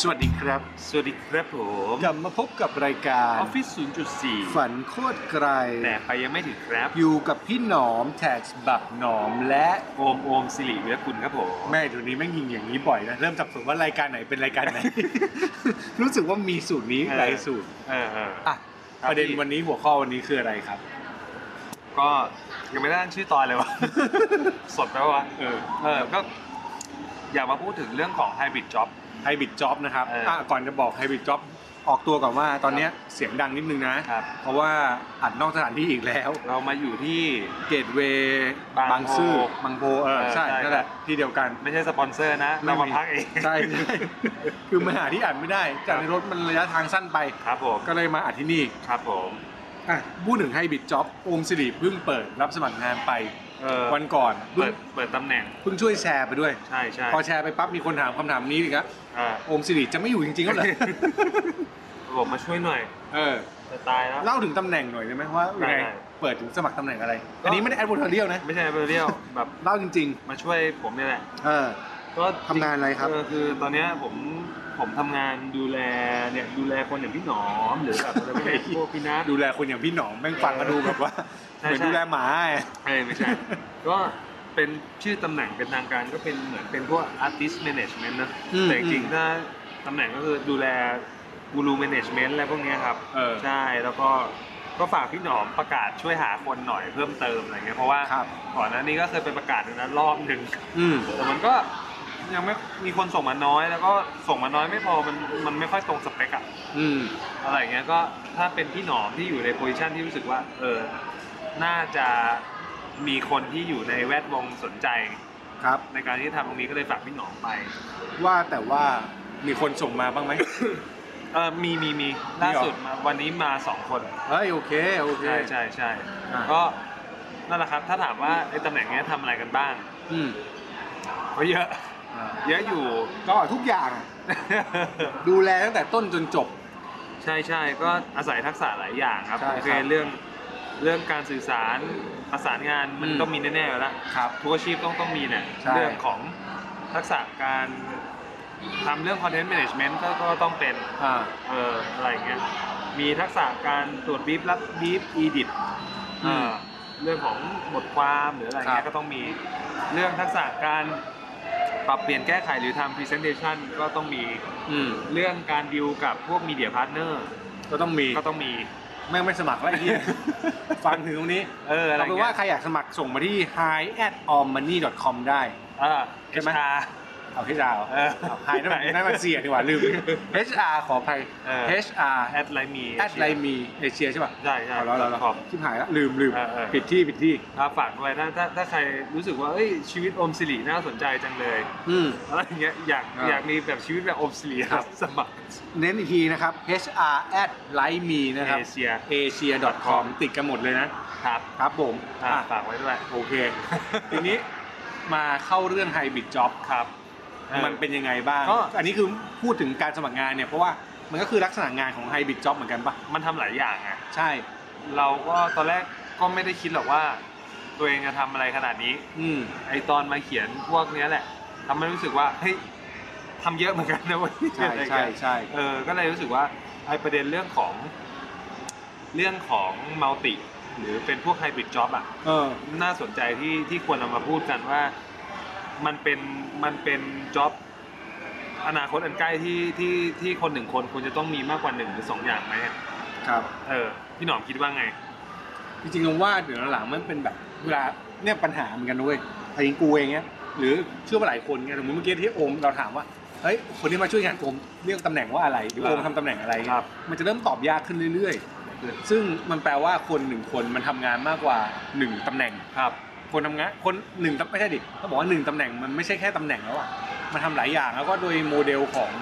สวัสดีครับ สวัสดีครับผม กลับมาพบกับรายการ ออฟฟิศ 0.4 ฝันโคตรไกล แต่ไปยังไม่ถึงครับ อยู่กับพี่หนอมแท็กบักหนอมและ โอมโอมสิริวิรกุลครับผม แม่เดี๋ยวนี้แม่งยิงอย่างนี้บ่อยนะ เริ่มสับสนว่ารายการไหนเป็นราย การไหน รู้สึกว่ามีสูตรนี้ เออ หลายสูตร เออเออ อ่ะ ครับ ประเด็น พี่ วันนี้หัวข้อวันนี้คืออะไรครับ ก็ยังไม่ได้ตั้งชื่อตอนเลยวะ สดไปปะวะ เออ เออ ก็ อยากมาพูดถึงเรื่องของ hybrid job ไฮบิดจ็อบนะครับ เอออ่ อ่ะก่อนจะบอกไฮบิดจ็อบออกตัวก่อนว่าตอนเนี้ยเสียงดังนิดนึงนะ ครับ เพราะว่าอัดนอกสถานที่อีกแล้ว เรามาอยู่ที่ เกตเวย์ บางโพ ซื่อบางโพเออ เออ ใช่ ใช่ นั่นแหละ ครับ ที่เดียวกัน ไม่ใช่สปอนเซอร์นะ เรามาพักเอง ใช่ คือมาหาที่อ่านไม่ได้จากในรถมันระยะทางสั้นไป ครับผม ก็เลยมาอ่านที่นี่ ครับผม อ่ะพูดถึงให้บิดจ็อบโอมสิริเพิ่งเปิดรับสมัครงานไป เออ วันก่อน เปิ เพิ่ง ด เปิดตำแหน่ง เพิ่งช่วยแชร์ไปด้วย ใช่ใช่ พอแชร์ไปปั๊บมีคนถามคำถามนี้อีกครับ เออ โอมสิริจะไม่อยู่จริงๆแล้วเหรอ ผมมาช่วยหน่อย เออ จะตายแล้ว เล่าถึงตำแหน่งหน่อยได้ไหมว่ายังไง ได้ได้ เปิดถึงสมัครตำแหน่งอะไร อันนี้ไม่ได้แอดวอร์เรียลนะ ไม่ใช่ไปเรียวแบบ เล่าจริง มาช่วยผมเนี่ยแหละ ๆ เออ ก็ ทำงานอะไรครับ เคือตอนเนี้ยผมผมทำงานดูแลเนี่ยดูแลคนอย่างพี่หนอมหรือแบบอะไรพวกเนี้ยพวกพี่นัท ดูแลคนอย่างพี่หนอมแม่งฟังก็ดูแบบว่า ใช่ เหมือน ใช่ ดูแลหมาอ่ะ เอ้ยไม่ใช่ ก็เป็นชื่อตำแหน่งเป็นทางการก็เป็นเหมือนเป็นพวก artist management นะ อืม แต่จริง อืม ๆถ้าตำแหน่งก็คือดูแลกูรู management อะไรพวกเนี้ยครับ เออ ใช่แล้วก็ก็ฝากพี่หนอมประกาศช่วยหาคนหน่อยเพิ่มเติมอะไรเงี้ยเพราะว่า ครับ ก่อนหน้านี้ก็เคยไปประกาศนะรอบหนึ่ง อืม แต่มันก็ยังไม่มีคนส่งมาน้อย แล้วก็ส่งมาน้อยไม่พอมันมันไม่ค่อยตรงสเปคอะ อืม อะไรอย่างเงี้ยก็ถ้าเป็นพี่หนอมที่อยู่ในโพซิชันที่รู้สึกว่าเออน่าจะมีคนที่อยู่ในแวดวงสนใจ ครับ ในการที่ทำตรงนี้ก็เลยฝากพี่หนอมไป ว่าแต่ว่ามีคนส่งมาบ้างไหม เออมีมีมีล่าสุดมาวันนี้มาสองคน เฮ้ยโอเคโอเค ใช่ใช่ใช่ อ่า ก็นั่นแหละครับ ถ้าถามว่าไอ้ตำแหน่งเนี้ยทำอะไรกันบ้าง อืม ก็เยอะ อ่า เยอะอยู่ ก็ทุกอย่างอะดูแลตั้งแต่ต้นจนจบ ใช่ใช่ก็อาศัยทักษะหลายอย่างครับ ใช่ครับ โอเคเรื่องเรื่องการสื่อสารประสานงานมัน อืม ต้องมีแน่ๆอยู่แล้ว ครับ ทุกอาชีพต้องต้องมีเนี่ย ใช่ เรื่องของทักษะการทำเรื่อง content management ก็ก็ต้องเป็น อ่า เอ่ออะไรอย่างเงี้ยมีทักษะการตรวจบีฟรับบีฟอีดิท อืม เรื่องของบทความหรืออะไร ครั เงี้ย บ ก็ต้องมีเรื่องทักษะการปรับเปลี่ยนแก้ไขหรือทำ presentation ก็ต้องมี อืม เรื่องการดิวกับพวก media partner ก็ต้องมี ก็ต้องมี แม่งไม่สมัครแล้วไอ้เหี้ย ฟังถึงตรงนี้ เออ อะไร เอาเป็น เงี้ ว่าย ใครอยากสมัครส่งมาที่ hi at ommoney.com ได้ เออ ใช่ไหม HR เอาให้ดาว เออ hi นั่น มันนั่นมันเสียดีกว่าลืม HR ขออภัย เออ HR แอดไลน์มี แอดไลมีเอเชียใช่ป่ะ ใช่ใช่ เอาแล้วเอาแล้ว ขอบ ชิบหายละลืมลืม เออเออ ผิดที่ผิดที่ อ่าฝากไว้ถ้าถ้าถ้าใครรู้สึกว่าเอ้ยชีวิตอมสิริน่าสนใจจังเลย อืม อะไรเงี้ยอยาก อ่า อยากมีแบบชีวิตแบบอมสิริ ครับ สมัคร เน้นอีกทีนะครับ hr at like me นะครับ เอเชีย asia com ติดกันหมดเลยนะครับ ครับผม อ่า อ่ะ ฝากไว้ด้วย โอเค ทีนี้มาเข้าเรื่อง hybrid job ครับออ มันเป็นยังไงบ้าง ก็ อันนี้คือพูดถึงการสมัครงานเนี่ย เพราะว่ามันก็คือลักษณะงานของ hybrid job เหมือนกันปะ มันทำหลายอย่างไง ใช่ เราก็ตอนแรกก็ไม่ได้คิดหรอกว่า ตัวเองจะทำอะไรขนาดนี้ อืม ไอตอนมาเขียนพวกเนี้ยแหละทำให้รู้สึกว่าเฮ้ยทำเยอะเหมือนกันนะเวันนี้ย ใช่ อะไร ใช่ เงี้ย ใช่ เออ ก็เลยรู้สึกว่าไอประเด็นเรื่องของเรื่องของมัลติหรือเป็นพวกไฮบริดจ็อบอ่ะ เออ น่าสนใจที่ที่ควรเอามาพูดกันว่ามันเป็นมันเป็นจ็อบอนาคตอันใกล้ที่ที่ที่คนหนึ่งคนควรจะต้องมีมากกว่าหนึ่งหรือสองอย่างไหมอะ ครับ เออ พี่หนอมคิดว่าไง จริงๆผมว่าเดี๋ยวหลังๆมันเป็นแบบเวลาเนี่ยปัญหาเหมือนกันด้วยไอ้กูเองเนี้ยหรือเชื่อว่าหลายคนเงี้ยสมมติเมื่อกี้ที่โอมเราถามว่าเฮ้ยคนที่มาช่วยงานโอมเรียกตำแหน่งว่าอะไรหรือโอม อ่า ทำตำแหน่งอะไรเงี้ย ครับ มันจะเริ่มตอบยากขึ้นเรื่อยๆ ซึ่งมันแปลว่าคนหนึ่งคนมันทำงานมากกว่าหนึ่งตำแหน่ง ครับ คนทำงานคนหนึ่งตำไม่ใช่ดิเขาบอกว่าหนึ่งตำแหน่งมันไม่ใช่แค่ตำแหน่งแล้วอ่ะมันทำหลายอย่างแล้วก็โดยโมเดลของ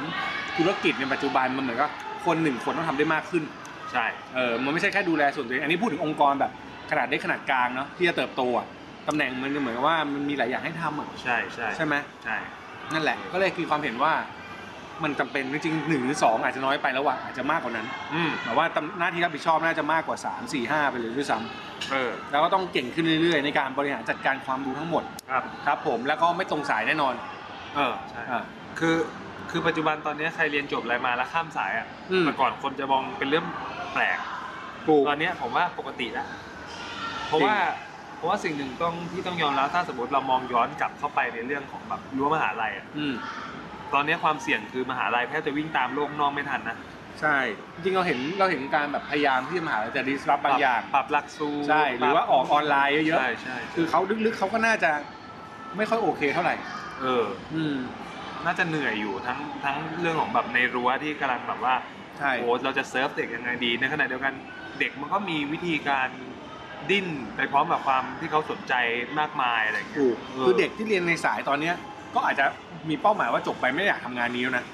ธุรกิจในปัจจุบันมันเหมือนกับคนหนึ่งคนต้องทำได้มากขึ้น ใช่ เออมันไม่ใช่แค่ดูแลส่วนตัวเองอันนี้พูดถึงองค์กรแบบขนาดเล็กขนาดกลางเนาะที่จะเติบโตอะตำแหน่งมันเหมือนกับว่ามันมีหลายอย่างให้ทำอะ ใช่ใช่ ใช่ไหม ใช่ นั่นแหละ ก็เลยคือความเห็นว่า มันจำเป็นจริงๆหนึ่งหรือสองอาจจะน้อยไปแล้วว่ะอาจจะมากกว่านั้น อืม แต่ว่าตำหน้าที่รับผิดชอบน่าจะมากกว่าสามสี่ห้าไปเลยด้วยซ้ เออ ำแล้วก็ต้องเก่งขึ้นเรื่อยๆ ในการบริหารจัดการความรู้ทั้งหมด ครับ ครับ ผมแล้วก็ไม่ตรงสายแน่นอน เออใช่ อ่า คือคือปัจจุบันตอนนี้ใครเรียนจบอะไรมาแล้วข้ามสายอ่ะ อืม แต่ก่อนคนจะมองเป็นเรื่องแปลก ถูก ตอนเนี้ยผมว่าปกติแล้วเพราะว่าเพราะว่าสิ่งหนึ่งต้องที่ต้องยอมรับถ้าสมมติเรามองย้อนกลับเข้าไปในเรื่องของแบบรั้วมหาลัยอะ อืม ตอนเนี้ยความเสี่ยงคือมหาลัยแทบจะวิ่งตามโลกนอกไม่ทันนะ ใช่ จริงๆเราเห็นเราเห็นการแบบพยายามที่จะมาหาจะดิสรับบางอย่าง ปรับหลักสูตร ใช่ หรือว่าออกออนไลน์เยอะ ใช่ใช่ ๆ คือเขาลึกๆเขาก็น่าจะไม่ค่อยโอเคเท่าไหร่ เออ อืม น่าจะเหนื่อยอยู่ทั้งทั้งเรื่องของแบบในรั้วที่กำลังแบบว่า ใช่ โอ้เราจะเซิร์ฟเด็กยังไงดีในขณะเดียวกันเด็กมันก็มีวิธีการดิ้นไปพร้อมกับความที่เขาสนใจมากมายอะไรอย่างเงี้ย ถูก เออ คือเด็กที่เรียนในสายตอนเนี้ย ก็อาจจะมีเป้าหมายว่าจบไปไม่ได้อยากทำงานนี้แล้วนะ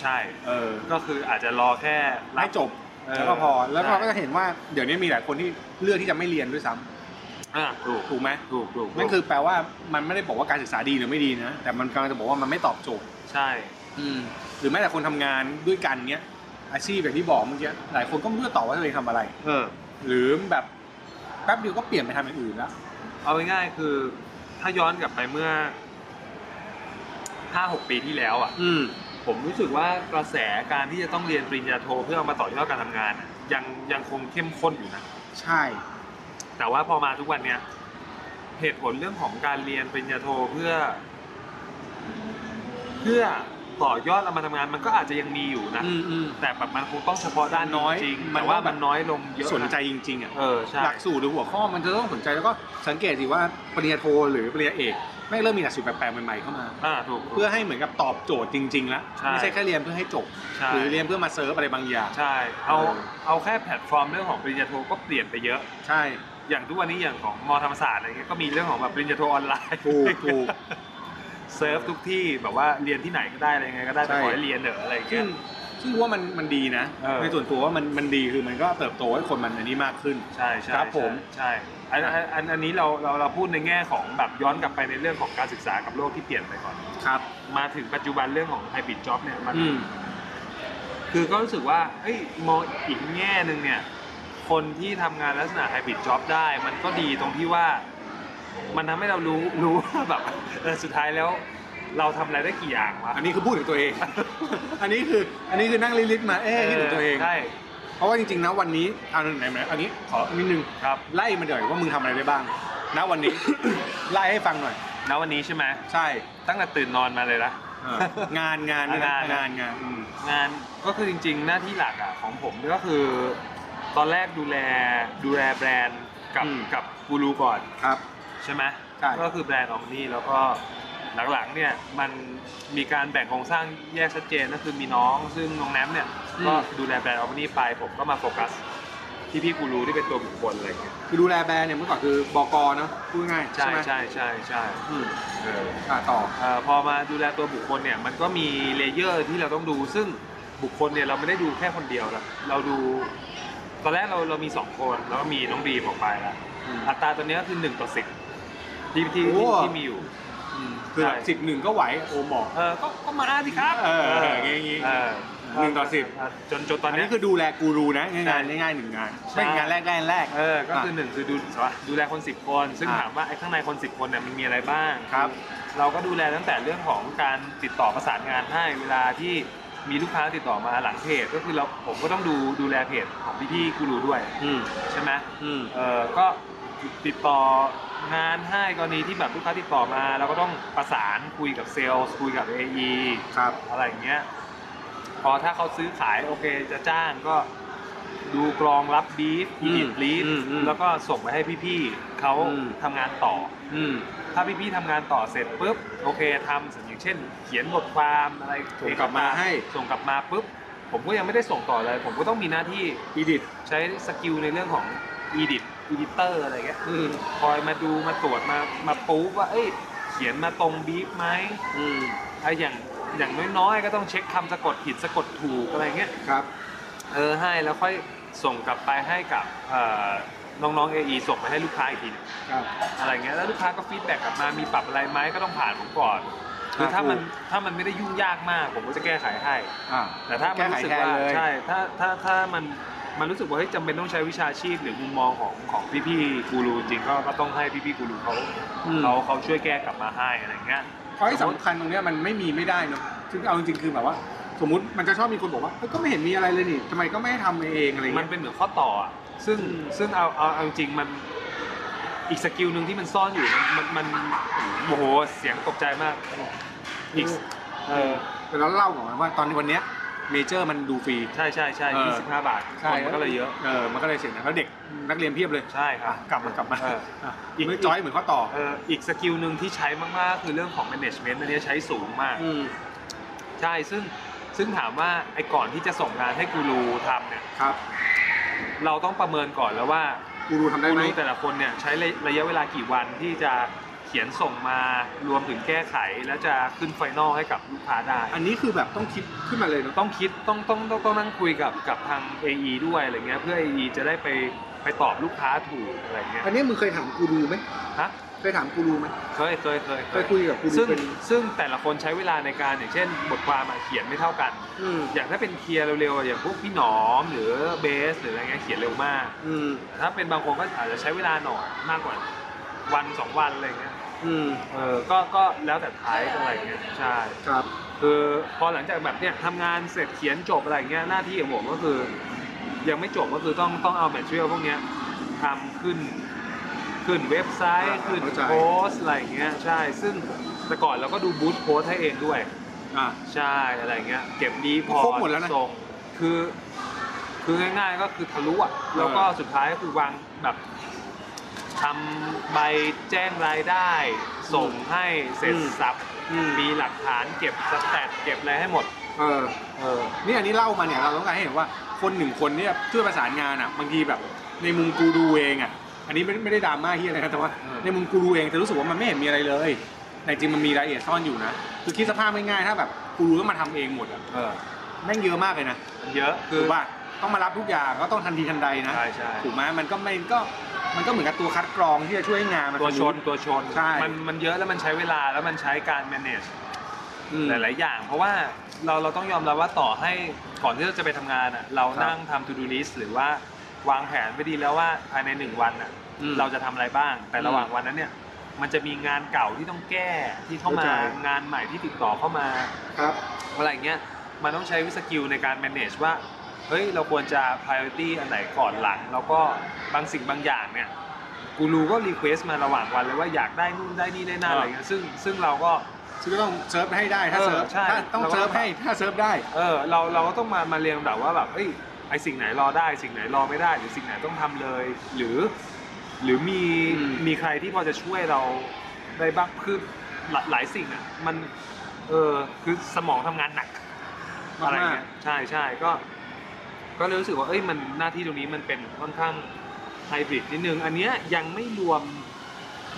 ใช่ เออ ก็คืออาจจะรอแค่รับ ให้จบ เออ แล้วก็พอ แล้วเราก็ ใช่ จะเห็นว่าเดี๋ยวนี้มีหลายคนที่เลือกที่จะไม่เรียนด้วยซ้ำ อ่าถูก ถูกไหม ถูกถูกถูก นั่นคือแปลว่ามันไม่ได้บอกว่าการศึกษาดีหรือไม่ดีนะ แต่มันกำลังจะบอกว่ามันไม่ตอบโจทย์ ใช่ อืมหรือแม้แต่คนทำงานด้วยกันเนี้ยอาชีพอย่างที่บอกเมื่อกี้หลายคนก็ไม่รู้จะตอบว่าตัวเองทำอะไร เออ หรือแบบแป๊บเดียวก็เปลี่ยนไปทำอย่างอื่นแล้ว เอาง่ายๆคือ ถ้าย้อนกลับไปเมื่อห้าหกปีที่แล้วอ่ะ อืม ผมรู้สึกว่ากระแสการที่จะต้องเรียนปริญญาโทเพื่อเอามาต่อยอดการทำงานอะยังยังคงเข้มข้นอยู่นะ ใช่ แต่ว่าพอมาทุกวันเนี้ยเหตุผลเรื่องของการเรียนปริญญาโทเพื่อ เพื่อต่อยอดเอามาทำงาน มันก็อาจจะยังมีอยู่นะ อืมอืม แต่แบบมันคงต้องเฉพาะด้าน น้อย จริงๆ มัน แต่ว่า แบบ มันน้อยลงเยอะะ สนใจจริงๆอ่ะ เออใช่ หลักสูตรหรือหัวข้อมันจะต้องสนใจแล้วก็สังเกตสิว่าปริญญาโทหรือปริญญาเอกแม่งเริ่มมีหลักสูตรแปลกๆใหม่ๆเข้ามา อ่าถูกถูก เพื่อให้เหมือนกับตอบโจทย์จริงๆแล้ว ใช่ ไม่ใช่แค่เรียนเพื่อให้จบ ใช่ หรือเรียนเพื่อมาเซิร์ฟอะไรบางอย่าง ใช่ เอา เออ เอาแค่แพลตฟอร์มเรื่องของปริญญาโทก็เปลี่ยนไปเยอะ ใช่ อย่างทุกวันนี้อย่างของมอธรรมศาสตร์อะไรเงี้ย ก็มีเรื่องของแบบปริญญาโทออนไลน์ ถู กถูก เซิร์ฟทุกที่แบบว่าเรียนที่ไหนก็ได้อะไรยังไงก็ได้แต่ ใช่ ขอให้เรียนเถอะอะไรอย่าง ซึ่ เงี้ ง ย ซึ่งว่ามันมันดีนะ เออ ในส่วนตัวว่ามันมันดีคือมันก็เติบโตให้คนมันอันนี้มากขึ้น ใช่ใช่ ครับผม ใช่ใช่อันอันอันอันนี้เราเราเราพูดในแง่ของแบบย้อนกลับไปในเรื่องของการศึกษากับโลกที่เปลี่ยนไปก่อน ครับ มาถึงปัจจุบันเรื่องของไฮบริดจ็อบเนี่ยมัน อืม คือก็รู้สึกว่าเอ้ยมองอีกแง่หนึ่งเนี่ย คนที่ทำงานลักษณะไฮบริดจ็อบได้ มันก็ดีตรงที่ว่า มันทำให้เรารู้รู้ว่าแบบเออสุดท้ายแล้ว เราทำอะไรได้กี่อย่างวะ อันนี้คือพูดถึง ตัวเอง อันนี้คือ อันนี้คือนั่งลิลิตมาเอ๊ะคิดถึงตัวเอง ใช่ เพราะว่าจริงๆนะวันนี้เอาไหนไหนอันนี้ขอนิดนึง ครับ ไล่มาหน่อยว่ามึงทำอะไรได้บ้าง ณ วันนี้ ไล่ให้ฟังหน่อย ณวันนี้ใช่ไหม ใช่ ตั้งแต่ตื่นนอนมาเลยนะ เอองานงานเยนะ งาน งานงานอืม งานก็คือจริง ๆ หน้าที่หลักอ่ะของผมก็คือ ตอนแรกดูแลดูแลแบรนด์กับกับกูรูก่อน ครับ ใช่ไหม ใช่ ก็คือแบรนด์ออกนี่แล้วก็หลังๆเนี่ยมันมีการแบ่งโครงสร้างแยกชัดเจนก็คือมีน้อง ซึ่งน้องแนมเนี่ยก็ดูแลแบรนด์ออกนี่ไปผมก็มาโฟกัสที่พี่กูรูที่เป็นตัวบุคคลอะไรอย่างเงี้ย คือดูแลแบรนด์เนี่ยเมื่อก่อนคือบอกอเนาะพูดง่ายๆ ใช่ ไหม ใช่ใช่ใช่ อืม เออ อ่ะต่อ เอ่อพอมาดูแลตัวบุคคลเนี่ยมันก็มีเลเยอร์ที่เราต้องดู ซึ่งบุคคลเนี่ยเราไม่ได้ดูแค่คนเดียวละเราดู ตอนแรกเราเรามีสองคนแล้วก็มีน้องดีมออกไปละ อืม อัตราตัวเนี้ยก็คือหนึ่งต่อสิบที่ที่ โอ้ ที่ที่มีอยู่ อืมคือแบบ ใช่ สิบหนึ่งก็ไหวโอมบอก เออก็ก็มาสิครับ เออเอออย่างงี้ เออ หนึ่งต่อสิบ จนจนตอน อัน เนี้ นี้ ย คือดูแลกูรูนะงาน ใช่ ง่ายๆหนึ่งงาน ใช่ ไม่งานแรกแรกแรก เออก็คือหนึ่งคือดูดูแลคนสิบคน ซึ่ง อ่ะ ถามว่าไอ้ข้างในคนสิบคนเนี่ยมันมีอะไรบ้าง ครับ อเราก็ดูแลตั้งแต่เรื่องของการติดต่อประสานงานให้เวลาที่มีลูกค้าติดต่อมาหลังเพจก็คือเราผมก็ต้องดูดูแลเพจของพี่ๆกูรูด้วย อืม ใช่ไหม อืม เออก็ติดต่องานให้กรณีที่แบบลูกค้าติดต่อมา เราก็ต้องประสานคุยกับเซลล์คุยกับ AE ครับ อะไรอย่างเงี้ย พอถ้าเขาซื้อขายโอเคจะจ้างก็ดูกรองรับบีฟ อื อี ม ดิทบีฟ อืมอืม แล้วก็ส่งไปให้พี่ๆเขา อืม ทำงานต่อ อืม ถ้าพี่ๆทำงานต่อเสร็จปุ๊บโอเคทำสมอย่างเช่น เขียนบทความอะไร ส่งกลับมาให้ ส่งกลับมาปุ๊บ ผมก็ยังไม่ได้ส่งต่อเลย ผมก็ต้องมีหน้าที่ อีดิท ใช้สกิลในเรื่องของอีดิทอีดิเตอร์อะไรเงี้ย อืม คอยมาดูมาตรวจมามาปุ๊บว่าเอ้ยเขียนมาตรงบีฟไหม อืม ไอ้อย่าง อย่างน้อยๆ ก็ต้องเช็คคำสะกดผิดสะกดถูกอะไรเงี้ย ครับ เออให้แล้วค่อยส่งกลับไปให้กับเอ่อน้องๆ AE ส่งไปให้ลูกค้าอีกทีหนึ่ง ครับ อะไรเงี้ยแล้วลูกค้าก็ฟีดแบ็กกลับมามีปรับอะไรไหมก็ต้องผ่านผมก่อนหรือ ครั ถ้า บ มันถ้ามันไม่ได้ยุ่งยากมาก ผมก็จะแก้ไขให้ อ่า แต่ถ้ามันรู้สึกว่า แก้ไขแทนเลย ใช่ถ้าถ้าถ้ามันมันรู้สึกว่าเฮ้ยจำเป็นต้องใช้วิชาชีพหรือมุมมองของของพี่ๆกูรูจริงๆก็ก็ต้องให้พี่ๆกูรูเขาเขาเขาช่วยแก้กลับมาให้อะไรเงี้ย เพราะที่สำคัญตรงเนี้ยมันไม่มีไม่ได้เนอะซึ่งเอาจริงๆคือแบบว่า สมมติมันจะชอบมีคนบอกว่าเอ้ยก็ไม่เห็นมีอะไรเลยนี่ทำไมก็ไม่ให้ทำเองอะไร มัน เงี้ย เป็นเหมือนข้อต่ออะซึ่ง อืม ซึ่งเอาเอาเอาจริงๆมันอีกสกิลหนึ่งที่มันซ่อนอยู่ มันมันมันโอ้โหเสียงตกใจมากอีกเออ แต่เราเล่าก่อนว่าตอนวันเนี้ยเมเจอร์มันดูฟรี ใช่ใช่ใช่ เออ ยี่สิบห้าบาทคนมันก็เลยเยอะ เออมันก็เลยเสียงนะแล้วเด็กนักเรียนเพียบเลย ใช่ครั อ่ะ บ กลับมากลับมา เอออ่ ะ อีก ไม่จอยเหมือนข้อต่อ เอออีกสกิลหนึ่งที่ใช้มากๆคือเรื่องของ management อันเนี้ยใช้สูงมาก อืม ใช่ซึ่งซึ่งถามว่าไอ้ก่อนที่จะส่งงานให้กูรูทำเนี่ย ครับ เราต้องประเมินก่อนแล้วว่า กูรูทำได้ กู ไหม รูแต่ละคนเนี่ยใช้ระยะเวลากี่วันที่จะเขียนส่งมารวมถึงแก้ไข แล้วจะขึ้นไฟนอลให้กับลูกค้าได้ อันนี้คือแบบต้องคิดขึ้นมาเลยเนาะ ต้องคิดต้องต้องต้องต้องนั่งคุยกับกับทาง AE ด้วยอะไรเงี้ยเพื่อ AE จะได้ไปไปตอบลูกค้าถูกอะไรเงี้ย อันนี้มึงเคยถามกูรูไหม ฮะ เคยถามกูรูไหม เคยเคยเคย เคยคุยกับกูรู ซึ่ง เป็น ซึ่งแต่ละคนใช้เวลาในการอย่างเช่น บทความอะเขียนไม่เท่ากัน อืม อย่างถ้าเป็นเคลียร์เร็วๆอะอย่างพวกพี่หนอมหรือเบสหรืออะไรเงี้ยเขียนเร็วมาก อืม ถ้าเป็นบางคนก็อาจจะใช้เวลาหน่อยมากกว่าวันสองวันอะไรเงี้ย อืม เออก็ก็แล้วแต่ท้ายอะไรเงี้ยใช่ ครับ คือพอหลังจากแบบเนี้ยทำงานเสร็จเขียนจบอะไรเงี้ยหน้าที่ของผมก็คือ ยังไม่จบก็คือต้องต้องเอาแมทเทียลพวกเนี้ยทำขึ้น ขึ้นเว็บไซต์ อ่า ขึ้น เข้าใจ โพสต์อะไรเงี้ยใช่ ซึ่งแต่ก่อนเราก็ดูบูธโพสต์ให้เองด้วย อ่า ใช่อะไรเงี้ยเก็บดีพอ ครบหมดแล้วนะ ส่งคือ คือง่ายๆก็คือทะลุอ่ะ เออ แล้วก็สุดท้ายก็คือวางแบบทำใบแจ้งรายได้ ส่งให้เสร็จสับมีหลักฐานเก็บสแตทเก็บอะไรให้หมด เออ เออ นี่อันนี้เล่ามาเนี่ยเราต้องการให้เห็นว่าคนหนึ่งคนเนี่ยช่วยประสานงานอ่ะบางทีแบบ ในมุมกูรูเองอ่ะอันนี้ไม่ไม่ได้ดราม่าที่อะไรนะแต่ว่า เออ ในมุมกูรูเองจะรู้สึกว่ามันไม่เห็นมีอะไรเลยแต่จริงมันมีรายละเอียดซ่อนอยู่นะคือคิดสภาพง่ายๆถ้าแบบกูรูต้องมาทำเองหมดอ่ะ เออ แม่งเยอะมากเลยนะ มันเยอะคื ถู อก ป่ะต้องมารับทุกอย่างก็ต้องทันทีทันใดนะ ใช่ใช่ ถูกไหมมันก็ไม่ก็มันก็เหมือนกับตัวคัดกรองที่จะช่วยให้งานมัน ตัวชนตัวชน ใช่ มันมันเยอะแล้วมันใช้เวลาแล้วมันใช้การ manage อืม หลาย ๆ อย่าง เพราะว่าเราเราต้องยอมรับว่าต่อให้ก่อนที่เราจะไปทำงานอ่ะเรา ครับ นั่งทำ to do list หรือว่าวางแผนไว้ดีแล้วว่าภายในหนึ่งวันอ่ะ อืม เราจะทำอะไรบ้าง แต่ อืม ระหว่างวันนั้นเนี่ยมันจะมีงานเก่าที่ต้องแก้ที่เข้ามา เข้าใจ งานใหม่ที่ติดต่อเข้ามา ครับ อะไรเงี้ยมันต้องใช้วิสกิลในการ manage ว่าเฮ้ยเราควรจะ priority อันไหนก่อนหลัง แล้วก็บางสิ่งบางอย่างเนี่ยกูรูก็รีเควสมาระหว่างวันเลยว่าอยากได้นู่นได้นี่ได้นั่น อ่า อะไรเงี้ยซึ่งซึ่งเราก็ ซึ่งก็ต้องเซิร์ฟให้ได้ถ้า เออ เซิร์ฟ ใช่ ถ้าต้อง เราก็ เซิร์ฟให้ถ้าเซิร์ฟได้ เออเราเราก็ต้องมามาเรียงแบบว่าแบบเอ้ยไอสิ่งไหนรอได้ สิ่งไหนรอไม่ได้ หรือสิ่งไหนต้องทำเลย หรือ หรือมี อืม มีใครที่พอจะช่วยเราได้บ้างคือหลายหลายสิ่งอ่ะมันเออคือสมองทำงานหนักอะไร มาก เงี้ยใช่ใช่ก็ ก็เลยรู้สึกว่าเอ้ยมันหน้าที่ตรงนี้มันเป็นค่อนข้างไฮบริดนิดนึง อันเนี้ยยังไม่รวม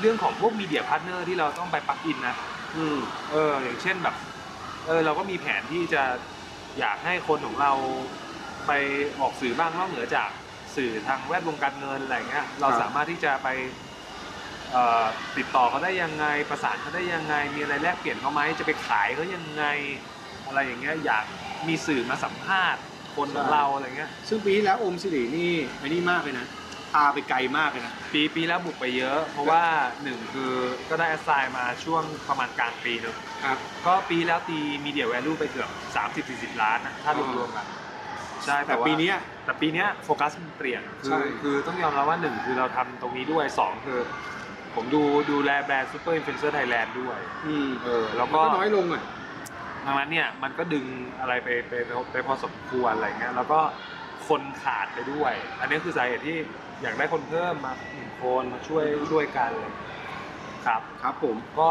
เรื่องของพวกมีเดียพาร์ทเนอร์ที่เราต้องไปปักอินนะ ๆอืม เอออย่างเช่นแบบเออเราก็มีแผนที่จะอยากให้คนของเราไปออกสื่อบ้างนอกเหนือจากสื่อทางแวดวงการเงินอะไรเงี้ยเรา ครับ สามารถที่จะไปเอ่อติดต่อเขาได้ยังไง ประสานเขาได้ยังไง มีอะไรแลกเปลี่ยนเขาไหมจะไปขายเขายังไง อะไรอย่างเงี้ยอยากมีสื่อมาสัมภาษณ์คนของ ใช่ เราอะไรเงี้ย ซึ่งปีที่แล้วอมสิรินี่ไอ้นี่มากเลยนะพาไปไกลมากเลยนะ ปีปีแล้วบุกไปเยอะ เพราะว่าหนึ่งคือก็ได้ s ไซน์มาช่วงประมาณกลางปีเนอะ ครับ ก็ปีแล้วตีมีเดียแวลูไปเกือบ 30-40 ล้านนะถ้ารวมรวมๆกันใช่ แต่ แต่ว่า ปีเนี้ย แต่ปีเนี้ยโฟกัสมันเปลี่ยนคื ใช่ อคือต้องยอมรับว่าหนึ่งคือเราทำตรงนี้ด้วยสองคือ ผมดูดูแลแบรนด์ซูเปอร์อินฟลูเอนเซอร์ไทยแลนด์ด้วย อืม เออ แล้ว มัน ก็ ก็น้อยลงอ่ะ ดังนั้นเนี่ย มันก็ดึงอะไรไปไปไปไปพอสมควรอะไรเงี้ยแล้วก็คนขาดไปด้วย อันนี้คือสาเหตุที่อยากได้คนเพิ่มมาหนึ่งคนมาช่วยช่วยกันเลยครับ ครับผม ก็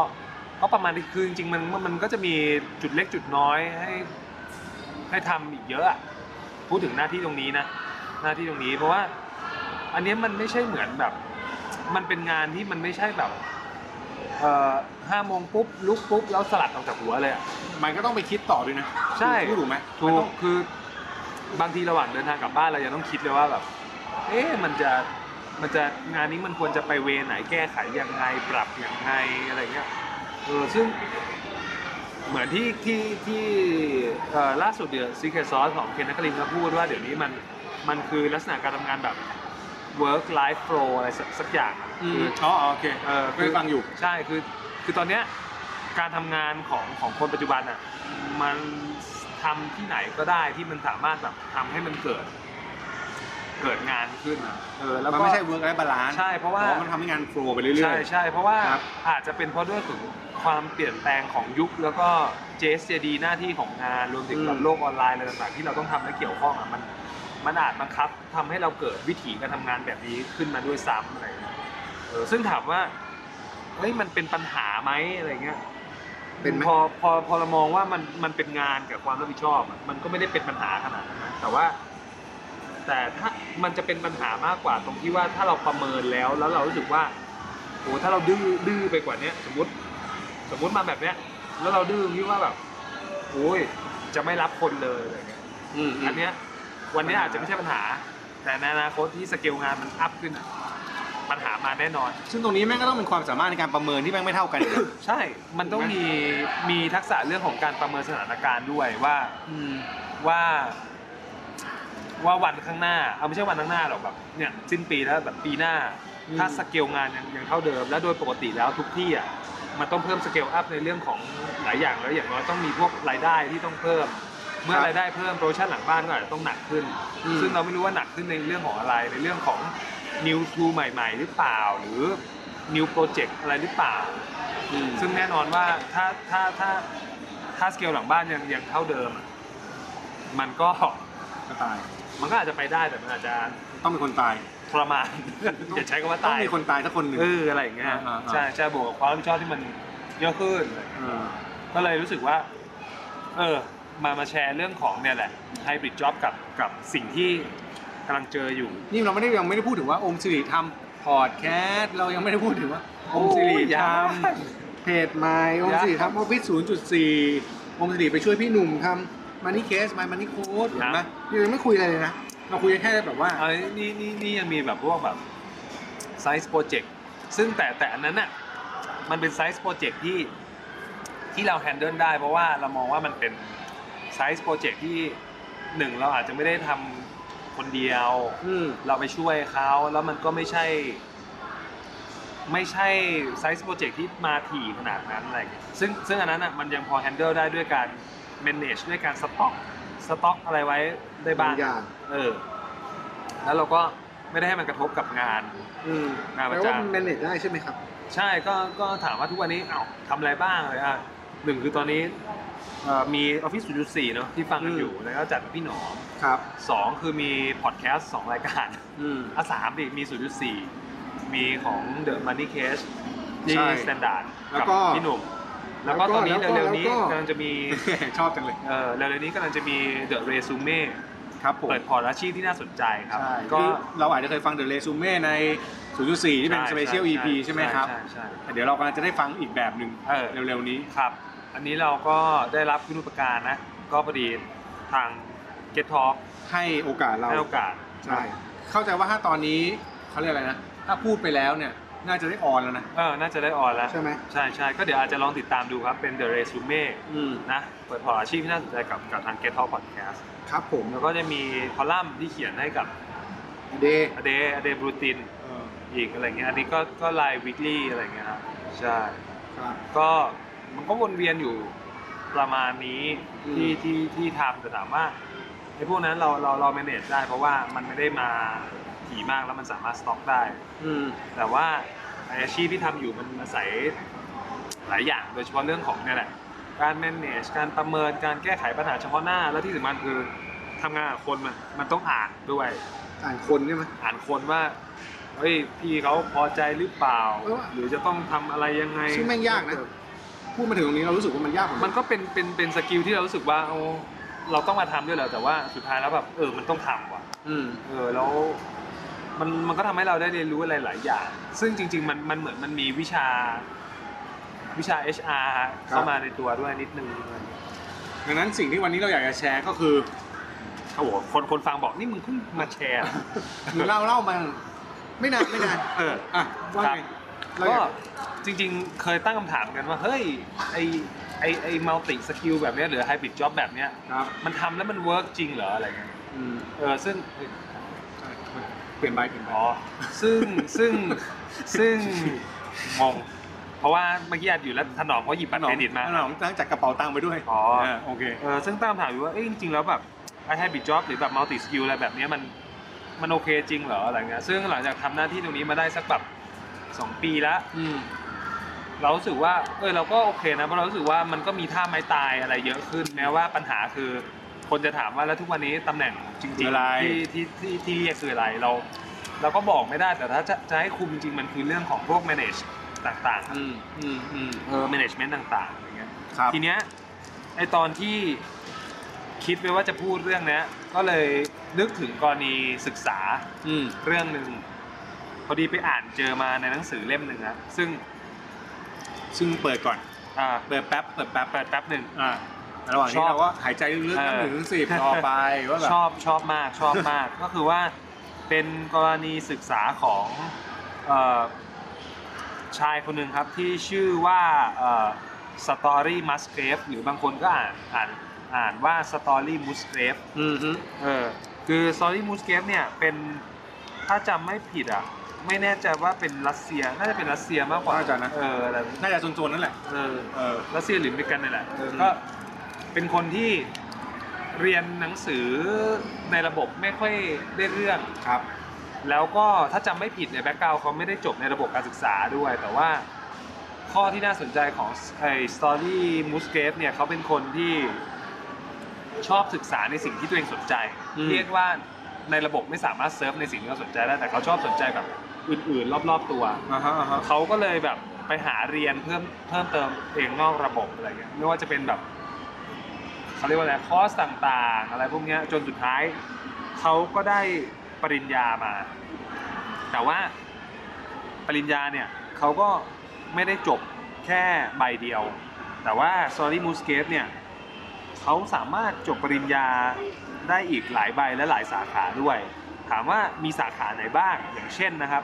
ก็ประมาณนี้คือจริงๆมันมันก็จะมีจุดเล็กจุดน้อยให้ให้ทำอีกเยอะอะพูดถึงหน้าที่ตรงนี้นะ หน้าที่ตรงนี้เพราะว่า อันเนี้ยมันไม่ใช่เหมือนแบบ มันเป็นงานที่มันไม่ใช่แบบ เอ่อห้าโมงปุ๊บลุกปุ๊บแล้วสลัดออกจากหัวเลยอะ มันก็ต้องไปคิดต่อด้วยนะ ใช่ ถูกถูกไหม ถู มัน ก ต้อง คือบางทีระหว่างเดินทางกลับบ้านเรายังต้องคิดเลยว่าแบบ เอ๊ะมันจะมันจะงานนี้มันควรจะไปเวไหนแก้ไขยังไงปรับยังไงอะไรเงี้ยเออซึ่งเหมือนที่ที่ที่เอ่อล่าสุดเดี๋ยวซีเคซอสของเคนนักคลินเขาพูดว่าเดี๋ยวนี้มันมันคือลักษณะการทำงานแบบ work life flow อะไรสักสักอย่างอะ อื คื ม อ อ๋อโอเค เออ ไปฟังอยู่ ใช่คือคือตอนเนี้ยการทำงานของของคนปัจจุบันอ่ะมันทำที่ไหนก็ได้ที่มันสามารถแบบทำให้มันเกิด เกิดงานขึ้นอะเออแล้ว มัน ก็ ไม่ใช่เวิร์กไลฟ์บาลานซ์ ใช่เพราะว่า มันทำให้งานโฟล์ไปเรื่อยๆ ใช่ใช่เพราะว่า ครับ อาจจะเป็นเพราะด้วยถึงความเปลี่ยนแปลงของยุค แล้วก็เจสเจดีหน้าที่ของงานรวมถึงกับ อืม โลกออนไลน์อะไรต่างๆที่เราต้องทำและเกี่ยวข้องอ่ะมันมันอาจบังคับทำให้เราเกิดวิถีการทำงานแบบนี้ขึ้นมาด้วยซ้ำอะไรอย่างเงี้ยเออซึ่งถามว่าเฮ้ยมันเป็นปัญหาไหมอะไรเงี้ย เป็นไหม พอพอพอเรามองว่ามันมันเป็นงานกับความรับผิดชอบอะมันก็ไม่ได้เป็นปัญหาขนาดนั้นนะแต่ว่า แต่ถ้ามันจะเป็นปัญหามากกว่าตรงที่ว่าถ้าเราประเมินแล้วแล้วเรารู้สึกว่าโอ้ถ้าเราดื้อดื้อไปกว่าเนี้ย สมมติ สมมติมาแบบเนี้ย แล้วเราดื้อที่ว่าแบบโอ้ยจะไม่รับคนเลยอะไรเงี้ย อืม อันเนี้ยวันเนี้ยอาจจะไม่ใช่ปัญหา แต่ในอนาคตที่สเกลงานมันอัพขึ้นอะปัญหามาแน่นอน ซึ่งตรงนี้แม่งก็ต้องเป็นความสามารถในการประเมินที่แม่งไม่เท่ากันอีกนะ ใช่ มันต้องมีมีทักษะเรื่องของการประเมินสถานการณ์ด้วยว่าว่าว่าวันข้างหน้า เอาไม่ใช่วันข้างหน้าหรอกแบบเนี่ยสิ้นปีแล้วแบบปีหน้า อืม ถ้าสเกลงานยังยังเท่าเดิม และโดยปกติแล้วทุกที่อ่ะมันต้องเพิ่มสเกลอัพในเรื่องของหลายอย่างแล้วอย่างน้อยต้องมีพวกรายได้ที่ต้องเพิ่ม เมื่อรายได้เพิ่มโปรโมชั่นหลังบ้านก็อาจจะต้องหนักขึ้น อืม ซึ่งเราไม่รู้ว่าหนักขึ้นในเรื่องของอะไรในเรื่องของนิวทูใหม่ ๆ หรือเปล่าหรือนิวโปรเจกต์อะไรหรือเปล่า อืม ซึ่งแน่นอนว่าถ้าถ้าถ้าถ้าสเกลหลังบ้านยังยังเท่าเดิมอะมันก็ ก็ตาย มันก็อาจจะไปได้แต่มันอาจจะ ต้องมีคนตาย ทรมาน อย่าใช้คำว่า ต้อง ตาย มีคนตายสักคนหนึ่ง เอออะไรอย่างเงี้ย อ่าอ่าอ่า ใช่ใช่บวกกับความรับผิดชอบที่มันเยอะขึ้น เออ ก็เลยรู้สึกว่า เออ มามาแชร์เรื่องของเนี่ยแหละไฮบริดจ็อบกับกับสิ่งที่กำลังเจออยู่ นี่เราไม่ได้ยังไม่ได้พูดถึงว่าองค์สิริทำพอดแคสต์เรายังไม่ได้พูดถึงว่า โอ้ อง ย ค์สิริ อ ท ย่า ำเพจใหม่องค์สิริ อย่า ทำออฟฟิศ0.4 องค์สิริไปช่วยพี่หนุ่มทำมันนี่เคสมันนี่โค้ด ครับ เห็นไหมนี่ยังไม่คุยอะไรเลยนะ เราคุยกันแค่แบบว่า เอ้ยนี่นี่นี่ยังมีแบบพวกแบบไซส์โปรเจกต์ซึ่งแต่แต่อันนั้นน่ะมันเป็นไซส์โปรเจกต์ที่ที่เราแฮนเดิลได้เพราะว่าเรามองว่ามันเป็นไซส์โปรเจกต์ที่หนึ่งเราอาจจะไม่ได้ทำคนเดียว อืม เราไปช่วยเขาแล้วมันก็ไม่ใช่ ไม่ใช่ไซส์โปรเจกต์ที่มาถี่ขนาดนั้นอะไรอย่างเงี้ยซึ่งซึ่งอันนั้นอ่ะมันยังพอแฮนเดิลได้ด้วยการ manage ด้วยการสต็อกสต็อกอะไรไว้ได้บ้าง บางอย่าง เออ แล้วเราก็ไม่ได้ให้มันกระทบกับงาน อืม งานประจำ แปลว่ามันแมเนจได้ใช่ไหมครับ ใช่ก็ก็ถามว่าทุกวันนี้เอ้าทำอะไรบ้างเลยอ่ะหนึ่งคือตอนนี้เอ่อมีออฟฟิศ0.4เนาะที่ฟังกันอยู่แล้วก็จัดกับพี่หนอม ครับ สองคือมีพอดแคสต์สองรายการ อืม อ่ะสามดิมี 0.4 มีของ The Money Case ที่ ใช่ Standard แล้ว กับ ก็ พี่หนุ่ม แล้ แล้ว วก็ ก็ตอนนี้ แล้วก็ เร็วๆนี้ แล้วก็ กำลังจะมี ชอบจังเลย เออเร็วๆนี้กำลังจะมี The Resume ครับผม เปิดพอร์ตอาชีพที่น่าสนใจครับ ใช่ ก็ คือเราอาจจะเคยฟัง The Resume ใน 0.4 ที่เป็น ใช่ Special ใช่ EP ใช่ไหมครับ ใช่ใช่ใช่ แต่เดี๋ยวเรากำลังจะได้ฟังอีกแบบหนึ่ง เออ เร็วๆนี้ ครับ อันนี้เราก็ได้รับคุณุปการนะ ก็พอดีทาง Get Talk ให้โอกาสเรา ให้โอกาส ใช่เข้าใจว่าถ้าตอนนี้เขาเรียกอะไรนะ ถ้าพูดไปแล้วเนี่ย น่าจะได้ออนแล้วนะ เออน่าจะได้ออนแล้ว ใช่ไหม ใช่ใช่ก็เดี๋ยวอาจจะลองติดตามดูครับ เป็น The Resume อืม นะ เปิดพอร์ตอาชีพที่น่าสนใจกับกับทาง Get Talk Podcast ครับผม แล้วก็จะมีคอลัมน์ที่เขียนให้กับ เด อเดอเดบรูตินอีกอะไรเงี้ย อันนี้ก็ก็ไลน์วิกลี่อะไรเงี้ยครับใช่ ครับ ก็มันก็วนเวียนอยู่ประมาณนี้ อืม ที่ที่ที่ทำแต่ถามว่าไอ้พวกนั้นเราเราเรา manage ได้ เพราะว่ามันไม่ได้มาถี่มากแล้วมันสามารถสต็อกได้ อืม แต่ว่าไอ้อาชีพที่ทำอยู่มันอาศัยหลายอย่าง โดยเฉพาะเรื่องของเนี่ยแหละ การ manage การประเมินการแก้ไขปัญหาเฉพาะหน้า แล้วที่สำคัญคือทำงานกับคนมันมันต้องอ่านด้วย อ่านคนใช่ไหม อ่านคนว่าเฮ้ยพี่เขาพอใจหรือเปล่า เออ หรือจะต้องทำอะไรยังไง ซึ่งแม่งยากนะ พูดมาถึงตรงนี้เรารู้สึกว่ามันยากกว่า มั มัน ก็เป็นเป็นเป็นสกิลที่เรารู้สึกว่าโอ้เราต้องมาทำด้วยเหรอแต่ว่าสุดท้ายแล้วแบบเออมันต้องทำว่ะ อืม เออแล้วมันมันก็ทำให้เราได้เรียนรู้อะไรหลายอย่าง ซึ่งจริง ๆ มันมันเหมือนมันมีวิชา วิชา HR ครับ เข้ามาในตัวด้วยนิดนึง ดังนั้นสิ่งที่วันนี้เราอยากจะแชร์ก็ คือ โอ้โหคนคนฟังบอกนี่มึงเพิ่งมาแชร์ คือเล่าเล่ามาไม่นานไม่นาน เออ อ่ะว่าไงเราอ ก็ ยาก จริงๆ เคยตั้งคำถามกันว่า เฮ้ย ไอไอไอมัลติสกิลแบบเนี้ยหรือไฮบริดจ็อบแบบเนี้ย ครับ มันทำแล้วมันเวิร์กจริงเหรออะไรเงี้ย อืม เออซึ่ง ใช่เปลี่ยนใบเปลี่ยนใบ อ๋อ ซึ่ง ซึ่ง ซึ่งงงเพราะว่าเมื่อกี้อาจอยู่แล้วถนอมเขาหยิบบัตรเครดิตมา ขนมตั้งจากกระเป๋าตังค์ไปด้วย อ๋อ าโอเค เออซึ่งตามถามอยู่ว่า เอ้ยจริงๆ แล้วแบบไอไฮบริดจ็อบหรือแบบมัลติสกิลอะไรแบบเนี้ยมัน มันโอเคจริงเหรออะไรเงี้ย ซึ่งหลังจากทำหน้าที่ตรงนี้มาได้สักแบบสองปีแล้ว อืม เรารู้สึกว่า เออเราก็โอเคนะ เพราะเรารู้สึกว่ามันก็มีท่าไม้ตายอะไรเยอะขึ้น แม้ว่าปัญหาคือ คนจะถามว่าแล้วทุกวันนี้ตำแหน่งจริ คือง อะไร ๆที่ที่ที่ที่เรียกคืออะไรเรา เราก็บอกไม่ได้แต่ถ้าจะจะให้คุมจริงๆมันคือเรื่องของพวก manage ต่าง อืมอืมอืม ๆเออ management ต่างๆอย่างเงี้ย ครับ ทีเนี้ยไอตอนที่คิดไว้ว่าจะพูดเรื่องเนี้ยก็เลยนึกถึงกรณีศึกษา อืม เรื่องหนึ่งพอดีไปอ่านเจอมาในหนังสือเล่มหนึ่งนะซึ่ง ซึ่งเปิดก่อน อ่า เปิดแป๊บ เปิดแป๊บ เปิดแป๊บหนึ่ง อ่า ระหว่าง ช นี้ อบ เราก็หายใจลึกๆ เอ นับ อ หนึ่งถึงสิบรอไปว่าแบบ ชอบชอบมากชอบมาก ก็คือว่าเป็นกรณีศึกษาของเอ่อชายคนหนึ่งครับที่ชื่อว่าสตอรี่มัสเกรฟหรือบางคนก็อ่านอ่านอ่านว่าสตอรี่มูสเกรฟ อืมฮึ เออคือสตอรี่มูสเกรฟเนี่ยเป็นถ้าจำไม่ผิดอ่ะไม่แน่ใจว่าเป็นรัสเซียน่าจะเป็นรัสเซียมากกว่า น่าจะนะ เอออะไร น่าจะโซนๆนั่นแหละ เออ เออ รัสเซียหรืออเมริกันนี่แหละเออ อืม ก็เป็นคนที่เรียนหนังสือในระบบไม่ค่อยได้เรื่อง ครับ แล้วก็ถ้าจำไม่ผิดเนี่ยแบ็กกราวเขาไม่ได้จบในระบบการศึกษาด้วย แต่ว่าข้อที่น่าสนใจของไอ้สตอรี่มูสเกฟเนี่ยเขาเป็นคนที่ชอบศึกษาในสิ่งที่ตัวเองสนใจ อืม เรียกว่าในระบบไม่สามารถเซิร์ฟในสิ่งที่เขาสนใจได้แต่เขาชอบสนใจแบบอื่นๆ รอบๆตัว อ่าฮะอ่าฮะ เขาก็เลยแบบไปหาเรียนเพิ่มเพิ่มเติมเองนอกระบบอะไรเงี้ยไม่ว่าจะเป็นแบบเขาเรียกว่าอะไรคอร์สต่างๆ อะไรพวกเนี้ยจนสุดท้ายเขาก็ได้ปริญญามา แต่ว่าปริญญาเนี่ยเขาก็ไม่ได้จบแค่ใบเดียว แต่ว่าซอรี่มูสเกสเนี่ยเขาสามารถจบปริญญาได้อีกหลายใบและหลายสาขาด้วย ถามว่ามีสาขาไหนบ้างอย่างเช่นนะครับ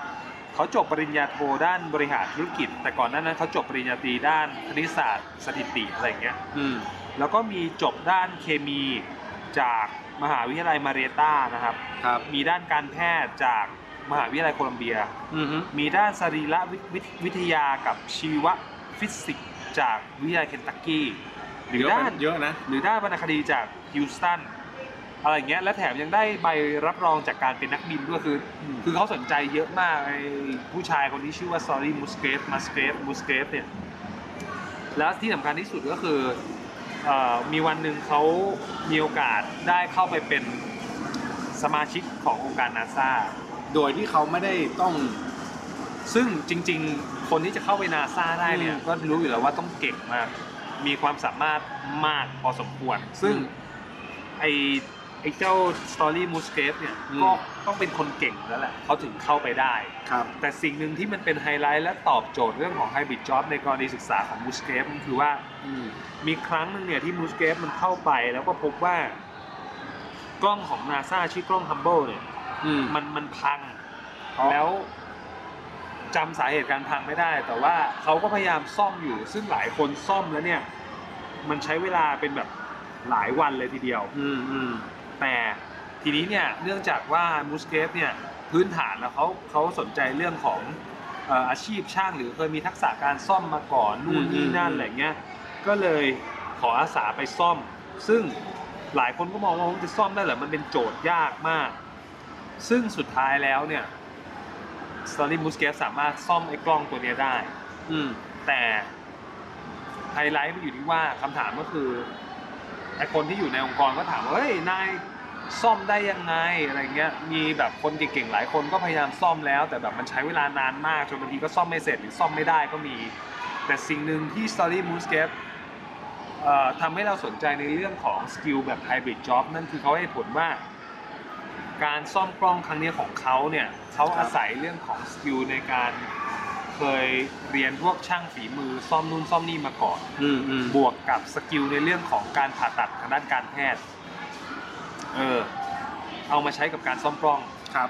เขาจบปริญญาโทด้านบริหารธุรกิจ แต่ก่อนหน้านั้นเขาจบปริญญาตรีด้านคณิตศาสตร์สถิติอะไรอย่างเงี้ย อืม แล้วก็มีจบด้านเคมีจากมหาวิทยาลัยมาเรต้านะครับ ครับ มีด้านการแพทย์จากมหาวิทยาลัยโคลัมเบีย อืมฮึ มีด้านสรีระวิวิวิทยากับชีวฟิสิกส์จากวิทยาลัยเคนตักกี้หรือ เยอะ ด้า นะ น เยอะนะ หรือได้วรรณคดีจากฮิวสตันอะไรอย่างเงี้ยและแถมยังได้ใบรับรองจากการเป็นนักบินด้วยคืออ ม คือเขาสนใจเยอะมากไอ้ผู้ชายคนที่ชื่อว่าซอรี่มูสเกฟมาสเกฟมูสเกฟเนี่ยแล้วที่สำคัญที่สุดก็คือเอ่อมีวันหนึ่งเขามีโอกาสได้เข้าไปเป็นสมาชิกขององค์การนาซา โดยที่เขาไม่ได้ต้อง ซึ่งจริงๆ คนที่จะเข้าไปนาซาได้เนี่ย อืม ก็รู้อยู่แล้วว่าต้องเก่งมาก มีความสามารถมากพอสมควร ซึ่ง อืม ไอไอเจ้าสตอรี่มูสเกฟเนี่ย อืม ก็ต้องเป็นคนเก่งแล้วแหละ เขาถึงเข้าไปได้ ครับ แต่สิ่งหนึ่งที่มันเป็นไฮไลท์และตอบโจทย์เรื่องของไฮบริดจ็อบในกรณีศึกษาของมูสเกฟมันคือว่า อืม มีครั้งหนึ่งเนี่ยที่มูสเกฟมันเข้าไปแล้วก็พบว่า กล้องของนาซาชื่อกล้องฮัมเบิลเนี่ย อืม มันมันพัง อ๋อ แล้วจำสาเหตุการพังไม่ได้ แต่ว่าเขาก็พยายามซ่อมอยู่ ซึ่งหลายคนซ่อมแล้วเนี่ย มันใช้เวลาเป็นแบบหลายวันเลยทีเดียว อืมอืม แต่ทีนี้เนี่ยเนื่องจากว่ามูสเกฟเนี่ยพื้นฐานแล้วเขาเขาสนใจเรื่องของเอ่ออาชีพช่าง หรือเคยมีทักษะการซ่อมมาก่อนนู่นนี่นั่นอะไรเงี้ยก็เลยขออาสาไปซ่อม ซึ่งหลายคนก็มองว่าผมจะซ่อมได้เหรอมันเป็นโจทย์ยากมาก ซึ่งสุดท้ายแล้วเนี่ยสตอรี่มูสเกฟสามารถซ่อมไอ้กล้องตัวเนี้ยได้ อืม แต่ไฮไลท์มันอยู่ที่ว่าคำถามก็คือไอคนที่อยู่ในองค์กรก็ถามว่าเฮ้ยนายซ่อมได้ยังไงอะไรเงี้ยมีแบบคนเก่งๆหลายคนก็พยายามซ่อมแล้ว แต่แบบมันใช้เวลานานมากจนบางทีก็ซ่อมไม่เสร็จหรือซ่อมไม่ได้ก็มี แต่สิ่งหนึ่งที่ Story m o o s c a p e เอ่อทำให้เราสนใจในเรื่องของสกิลแบบไฮบริดจ็อบนั่นคือเขาให้ผลว่า การซ่อมกล้องครั้งเนี้ยของเขาเนี่ยเขา ครับ อาศัยเรื่องของสกิลในการ เคยเรียนพวกช่างฝีมือซ่อมนู่นซ่อมนี่มาก่อน อืมอืม บวกกับสกิลในเรื่องของการผ่าตัดทางด้านการแพทย์ เออ เอามาใช้กับการซ่อมกล้อง ครับ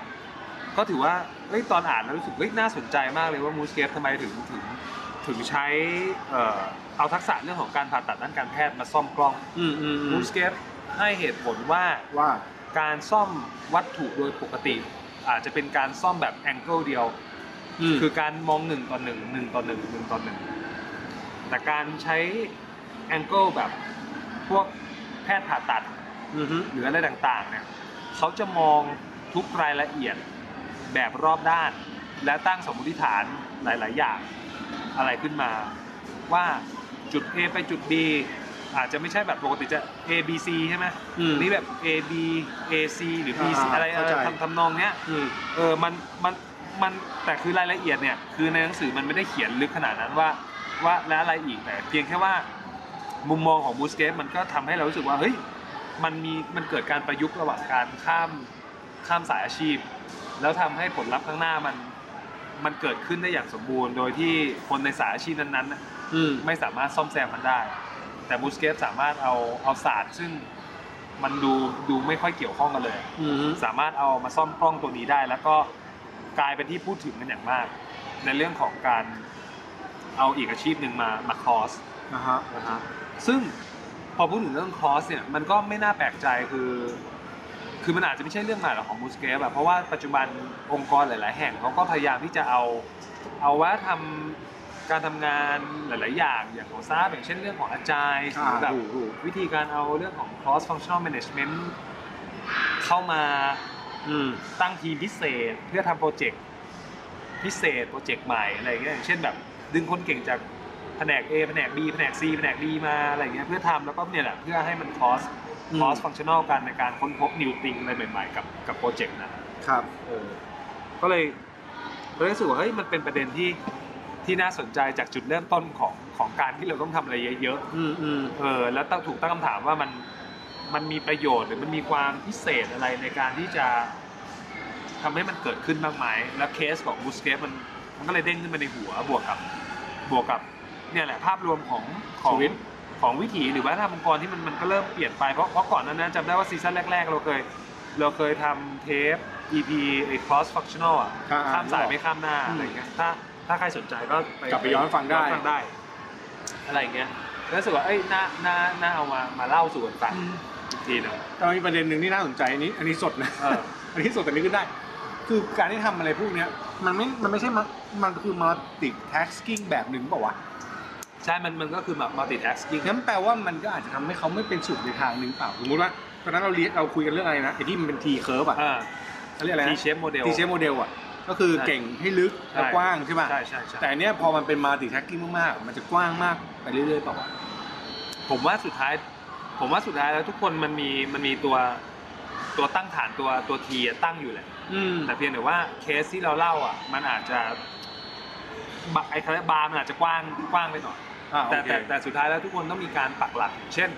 ก็ถือว่าเอ้ยตอนอ่านแล้วรู้สึกเอ้ยน่าสนใจมากเลยว่ามูสเกฟทำไมถึงถึงถึงใช้เอ่อเอาทักษะเรื่องของการผ่าตัดด้านการแพทย์มาซ่อมกล้อง อืมอืมอื มู ม สเกฟให้เหตุผลว่า ว่า การซ่อมวัตถุโดยปกติ อาจจะเป็นการซ่อมแบบแองเกิลเดียว อืม คือการมองหนึ่งต่อหนึ่งหนึ่งต่อหนึ่งหนึ่งต่อหนึ่งแต่การใช้แองเกิลแบบพวกแพทย์ผ่าตัด อือฮึ หรืออะไรต่างๆ เนี่ยเขาจะมองทุกรายละเอียดแบบรอบด้าน และตั้งสมมติฐานหลาย ๆ อย่างอะไรขึ้นมา ว่าจุด A ไปจุด B อาจจะไม่ใช่แบบปกติจะ A B C ใช่ไหม อืม นี่แบบ A B A C หรือ B C อ่า อะไร เข้าใจ ทำทำนองเนี้ย อืม เออ มัน มัน มัน แต่คือรายละเอียดเนี่ย คือในหนังสือมันไม่ได้เขียนลึกขนาดนั้นว่า ว่าและอะไรอีก แต่เพียงแค่ว่า มุมมองของบูสเกฟมันก็ทำให้เรารู้สึกว่า เฮ้ย มันมี มันเกิดการประยุกต์ระหว่างการข้าม ข้ามสายอาชีพ แล้วทำให้ผลลัพธ์ข้างหน้ามัน มันเกิดขึ้นได้อย่างสมบูรณ์ โดยที่คนในสายอาชีพนั้นๆน่ะ อืม ไม่สามารถซ่อมแซมมันได้ แต่บูสเกฟสามารถเอา เอาศาสตร์ซึ่งมันดู ดูไม่ค่อยเกี่ยวข้องกันเลย อืม สามารถเอามาซ่อมกล้องตัวนี้ได้ แล้วก็กลายเป็นที่พูดถึงกันอย่างมาก ในเรื่องของการเอาอีกอาชีพหนึ่งมามาคอส นะฮะ นะฮะซึ่งพอพูดถึงเรื่องคอสเนี่ยมันก็ไม่น่าแปลกใจคือ คือมันอาจจะไม่ใช่เรื่องใหม่หรอกของมูสเกฟแบบเพราะว่าปัจจุบันองค์กรหลาย ๆ แห่งเขาก็พยายามที่จะเอาเอาว่าทำการทำงานหลาย ๆ อย่างอย่างของซาบอย่างเช่นเรื่องของอาจารย์ห อ่า รือแบบ ถูกถูก วิธีการเอาเรื่องของ cross functional management เข้ามา อืม ตั้งทีมพิเศษ เพื่อทำโปรเจกต์พิเศษโปรเจกต์ใหม่อะไรอย่างเงี้ยอย่างเช่นแบบดึงคนเก่งจากแผนก A แผนก B แผนก C แผนก D มาอะไรอย่างเงี้ยเพื่อทำแล้วก็เนี่ยแหละเพื่อให้มัน cross อืม cross functional กันในการค้นพบ new thing อะไรใหม่ๆ กับกับโปรเจกต์นั้น ครับ เออก็เลยก็เลยรู้สึกว่าเฮ้ยมันเป็นประเด็นที่ที่น่าสนใจจากจุดเริ่มต้นของของการที่เราต้องทำอะไรเยอะๆ อืมอืม เออแล้วตั้งถูกตั้งคำถามว่ามันมันมีประโยชน์หรือมันมีความพิเศษอะไรในการที่จะทำให้มันเกิดขึ้นบ้างไหมแล้วเคสของบูสเกฟมันมันก็เลยเด้งขึ้นมาในหัวบวกกับบวกกับเนี่ยแหละภาพรวมของของ ชีวิต ของวิถีหรือว่าทรรมองค์กรที่มันมันก็เริ่มเปลี่ยนไปเพราะเพราะก่อนหนั้นนะจำได้ว่าซีซั่นแรก ๆ เราเคย เราเคยทำเทป EP ไอ้ cross functional อ่ะ อ่า ข้ามสายไม่ข้ามหน้า อืม อะไรเงี้ยถ้าถ้าใครสนใจก็ไป กลับไปย้อนฟังได้ ย้อนฟังได้ อะไรเงี้ยแล้วรู้สึกว่าเอ้ยน่าน่าน่าเอามามาเล่าสู่กันฟังอีกทีหนึง แต่มันมีประเด็นหนึ่งที่น่าสนใจอันนี้ อันนี้สดนะ เออ อันนี้สดแต่นี้ก็ได้ คือการที่ทำอะไรพวกเนี้ย มันไม่ มันไม่ใช่มามันคือมัลติแท็กกิ้งแบบหนึ่งเปล่าวะ ใช่ มันมันก็คือแบบ multitasking งั้นแปลว่ามันก็อาจจะทำให้เขาไม่เป็นสุดในทางหนึ่งเปล่า สมมติว่าตอนนั้นเราเรียนเราคุยกันเรื่องอะไรนะไอ้ที่มันเป็นทีเคิร์ฟอะ เออ เขาเรียกอะไรนะ T-shape model ทีเชฟโมเดลอะก็คือ ใช่ เก่งให้ลึกและกว้างใช่ป่ะ ใช่ใช่ใช่ แต่อันเนี้ยพอมันเป็นมัลติแท็กกิ้งมากๆ มันจะกว้างมากไปเรื่อยๆเปล่าวะ ผมว่าสุดท้าย ผมว่าสุดท้ายแล้วทุกคนมันมีมันมีตัวตัวตั้งฐานตัวตัวทีตั้งอยู่แหละ อืม แต่เพียงแต่ว่าเคสที่เราเล่าอ่ะ มันอาจจะบะไอ้คาราบาร์มันอาจจะกว้างกว้างไปหน่อย อ่า แต่ โอเค แต่แต่สุดท้ายแล้วทุกคนต้องมีการปักหลักอย่างเช่น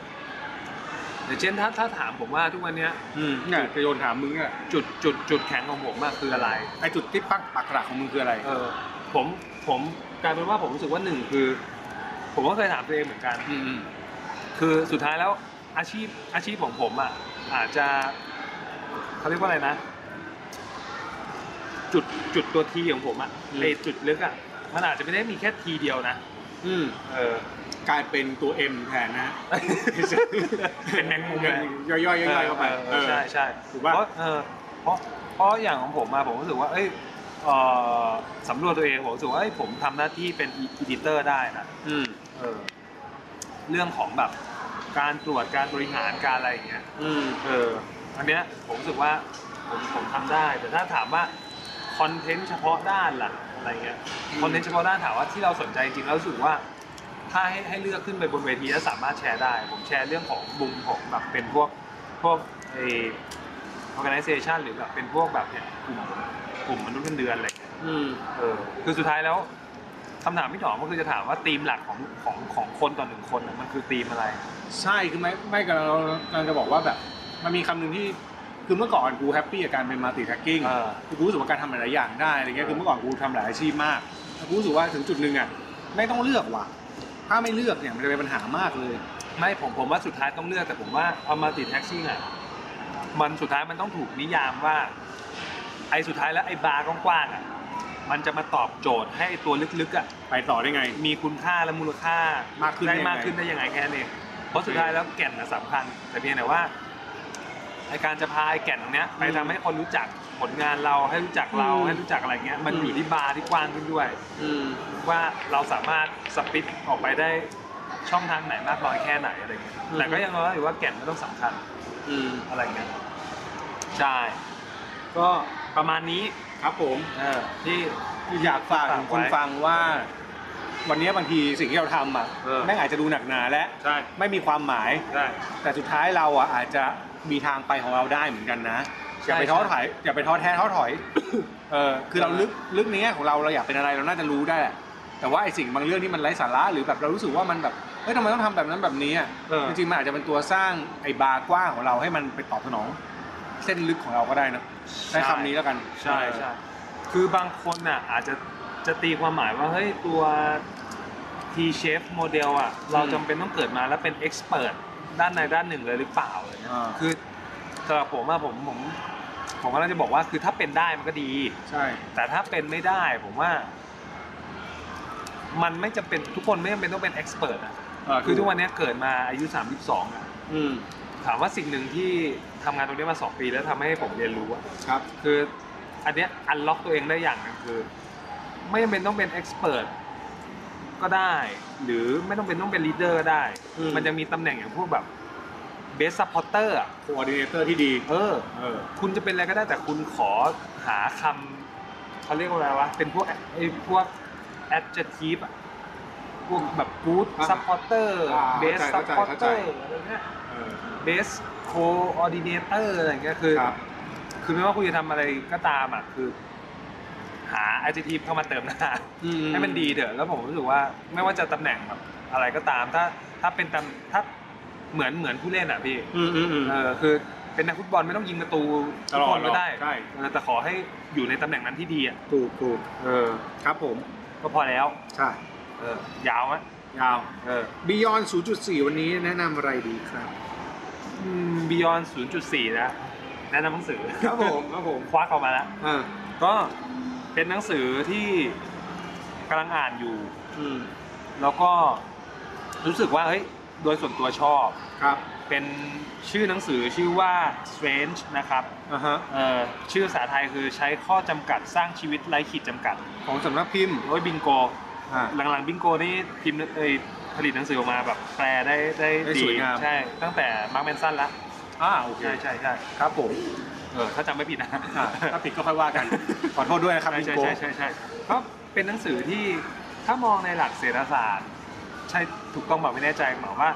อย่างเช่นถ้าถ้าถามผมว่าทุกวันเนี้ย อืมเนี่ยจะโยนถามมึงอะ จุดจุดจุดแข็งของผมอะคืออะไร ไอจุดที่ปักปักหลักของมึงคืออะไร เออผมผมกลายเป็นว่าผมรู้สึกว่าหนึ่งคือ ผมก็เคยถามตัวเองเหมือนกัน อืมอืม คือสุดท้ายแล้วอาชีพอาชีพของผมอ่ะอาจจะเขาเรียกว่าอะไรนะ จุดจุดตัวทีของผมอ่ะไอจุดลึกอ่ะมันอาจจะไม่ได้มีแค่ทีเดียวนะ อืม เออ กลายเป็นตัว M แทนนะ เป็นแมงมุมไป ย่อยๆย่อยๆเข้าไป เออ เออ ใช่ใช่ ถูกปะ เพราะเออเพราะเพราะอย่างของผมมาผมรู้สึกว่าเอ้ยเอ่อสำรวจตัวเองผมรู้สึกว่าเอ้ยผมทำหน้าที่เป็นอีดิเตอร์ได้นะ อืม เออเรื่องของแบบการตรวจการบริหารการอะไรอย่างเงี้ย อืม เอออันเนี้ยผมรู้สึกว่าผมผมทำได้ แต่ถ้าถามว่าคอนเทนต์เฉพาะด้านล่ะอะไรเงี้ยคอนเทนต์เฉพาะด้านถามว่าที่เราสนใจจริงๆแล้วรู้สึกว่า ถ้าให้ให้เลือกขึ้นไปบนเวทีแล้วสามารถแชร์ได้ ผมแชร์เรื่องของมุมของแบบเป็นพวกพวกไอ organization หรือแบบเป็นพวกแบบเนี่ยกลุ่มกลุ่มมนุษย์เงินเดือนอะไรเงี้ย อืม เออคือสุดท้ายแล้วคำถามพี่ถอมก็คือจะถามว่าธีมหลักของของของคนต่อหนึ่งคนน่ะมันคือธีมอะไร ใช่คือไม่ไม่กำลังกำลังจะบอกว่าแบบ มันมีคำหนึ่งที่คือเมื่อก่อนกูแฮปปี้กับการเป็นมัลติแท็กกิ้ง เออ กูรู้สึกว่าการทำหลายๆอย่างได้อะไรเงี้ยคือเมื่อก่อนกูทำหลายอาชีพมาก กูรู้สึกว่าถึงจุดหนึ่งอ่ะไม่ต้องเลือกว่ะ ถ้าไม่เลือกเนี่ยมันจะเป็นปัญหามากเลย ไม่ผมผมว่าสุดท้ายต้องเลือกแต่ผมว่าเอามาติดแท็กซี่อ่ะมันสุดท้ายมันต้องถูกนิยามว่า ไอ้สุดท้ายแล้วไอ้บาร์กว้างๆอ่ะมันจะมาตอบโจทย์ให้ไอ้ตัวลึกๆอ่ะ ไปต่อได้ไง มีคุณค่าและมูลค่าม ากขึ้น ได้ ได้ยังไง มากขึ้นได้ยังไงแค่นั้นเองเพราะสุดท้ายแล้วแก่นน่ะสำคัญ แต่เพียงแต่ว่าไอการจะพาไอ้แก่นตรงเนี้ยไปทำให้คนรู้จักผลงานเราให้รู้จักเราให้รู้จักอะไรเงี้ยมันอยู่ที่บาร์ที่กว้างขึ้นด้วย อืม ว่าเราสามารถสปิดออกไปได้ช่องทางไหนมากน้อยแค่ไหนอะไรเงี้ย อืม แต่ก็ยังว่าอยู่ว่าแก่นมันต้องสำคัญ อืม อะไรเงี้ย ใช่ ก็ประมาณนี้ ครับผม เออที่ อยากฝากถึงคนฟังว่า วันนี้บางทีสิ่งที่เราทำอ่ะ เออ แม่งอาจจะดูหนักหนาและ ใช่ ไม่มีความหมาย ได้ แต่สุดท้ายเราอ่ะอาจจะมีทางไปของเราได้เหมือนกันนะอย่าไป ใช่ ท้อถอยอย่าไปท้อแท้ท้อถอย เออคือเรา เออ ลึกลึกในแง่ของเราเราอยากเป็นอะไรเราน่าจะรู้ได้แหละแต่ว่าไอสิ่งบางเรื่องที่มันไร้สาระหรือแบบเรารู้สึกว่ามันแบบเฮ้ยทำไมต้องทำแบบนั้นแบบนี้อ่ะ เออ จริงๆมันอาจจะเป็นตัวสร้างไอบาร์กว้างของเราให้มันไปตอบสนอง เส้นลึกของเราก็ได้นะใช้คำนี้แล้วกัน ใช่ใช่ คือบางคนน่ะอาจจะจะตีความหมายว่า เฮ้ย ตัว T shape โมเดลอ่ะ เราจำเป็นต้องเกิดมาแล้วเป็น expert ด้านในด้านหนึ่งเลยหรือเปล่าอะไรเงี้ย อ่า คือสำหรับผมอะผมผมผมก็เลยจะบอกว่าคือถ้าเป็นได้มันก็ดี ใช่ แต่ถ้าเป็นไม่ได้ผมว่า มันไม่จำเป็นทุกคนไม่จำเป็นต้องเป็นเอ็กซ์เพรสอะคือทุกวันนี้เกิดมาอายุ 32อะ อืม ถามว่าสิ่งหนึ่งที่ทำงานตรงนี้มา 2 ปีแล้วทำให้ผมเรียนรู้อะ ครับ คืออันเนี้ยอันล็อกตัวเองได้อย่างหนึงคือ ไม่จำเป็นต้องเป็นเอ็กซ์เพรสก็ได้ หรือไม่ต้องเป็นต้องเป็นลีดเดอร์ก็ได้ อืม มันจะมีตำแหน่งอย่างพวกแบบเบสซัพพอร์เตอร์ โคออร์ดิเนเตอร์ที่ดี เออ เออ คุณจะเป็นอะไรก็ได้แต่คุณขอหาคำเขาเรียกว่าอะไรวะ เป็นพวกไอ้พวก adjective อะพวกแบบ good อ่า supporter อ่า best เข้าใจเข้าใจ supporter อะไรเงี้ย เออ best coordinator อะไรเงี้ยคือ ครับ คือไม่ว่าคุณจะทำอะไรก็ตามอ่ะคือ หา adjective เข้ามาเติมหน้า ให้มันดีเถอะแล้วผมรู้สึกว่าไม่ว่าจะตำแหน่งแบบอะไรก็ตาม ถ้าถ้าเป็นตำถ้าเหมือนเหมือนผู้เล่นอ่ะพี่ อืมอืมอืม เออคือเป็นนักฟุตบอลไม่ต้องยิงประตู ต ทุก ลอคดนก็ได้ หรอกใช่ เออแต่ขอให้อยู่ในตำแหน่งนั้นที่ดีอ่ะ ถูกถูก เออ ครับผม ก็พอแล้ว ใช่ เออยาวไหม ยาว เออ Beyond 0.4 วันนี้แนะนำอะไรดีครับ บียอน 0.4 นะแนะนำหนังสือ ครับผมครับผม ควักออกมาแล้ว อ่า ก็เป็นหนังสือที่กำลังอ่านอยู่ อืม แล้วก็รู้สึกว่าเฮ้ยโดยส่วนตัวชอบ ครับ เป็นชื่อหนังสือชื่อว่า Strange นะครับ อ่าฮะ เออชื่อภาษาไทยคือใช้ข้อจำกัดสร้างชีวิตไร้ขีดจำกัด ของสำนักพิมพ์ โอ้ยบิงโก อ่า หลังๆบิงโกนี่พิมพ์เอยผลิตหนังสือออกมาแบบแปลได้ได้ ได้สวยงาม ใช่ ตั้งแต่มาร์กแมนสันละ อ่าโอเค ใช่ใช่ใช่ ครับผม เออถ้าจำไม่ผิดนะ อ่าถ้าผิดก็ค่อยว่ากัน ขอโทษด้วยนะครับ ใช่ มิง ใช่ โก ใช่ใช่ใช่ก็เป็นหนังสือที่ถ้ามองในหลักเศรษฐศาสตร์ ใช่ถูกต้องแบบไม่แน่ใจหมายว่า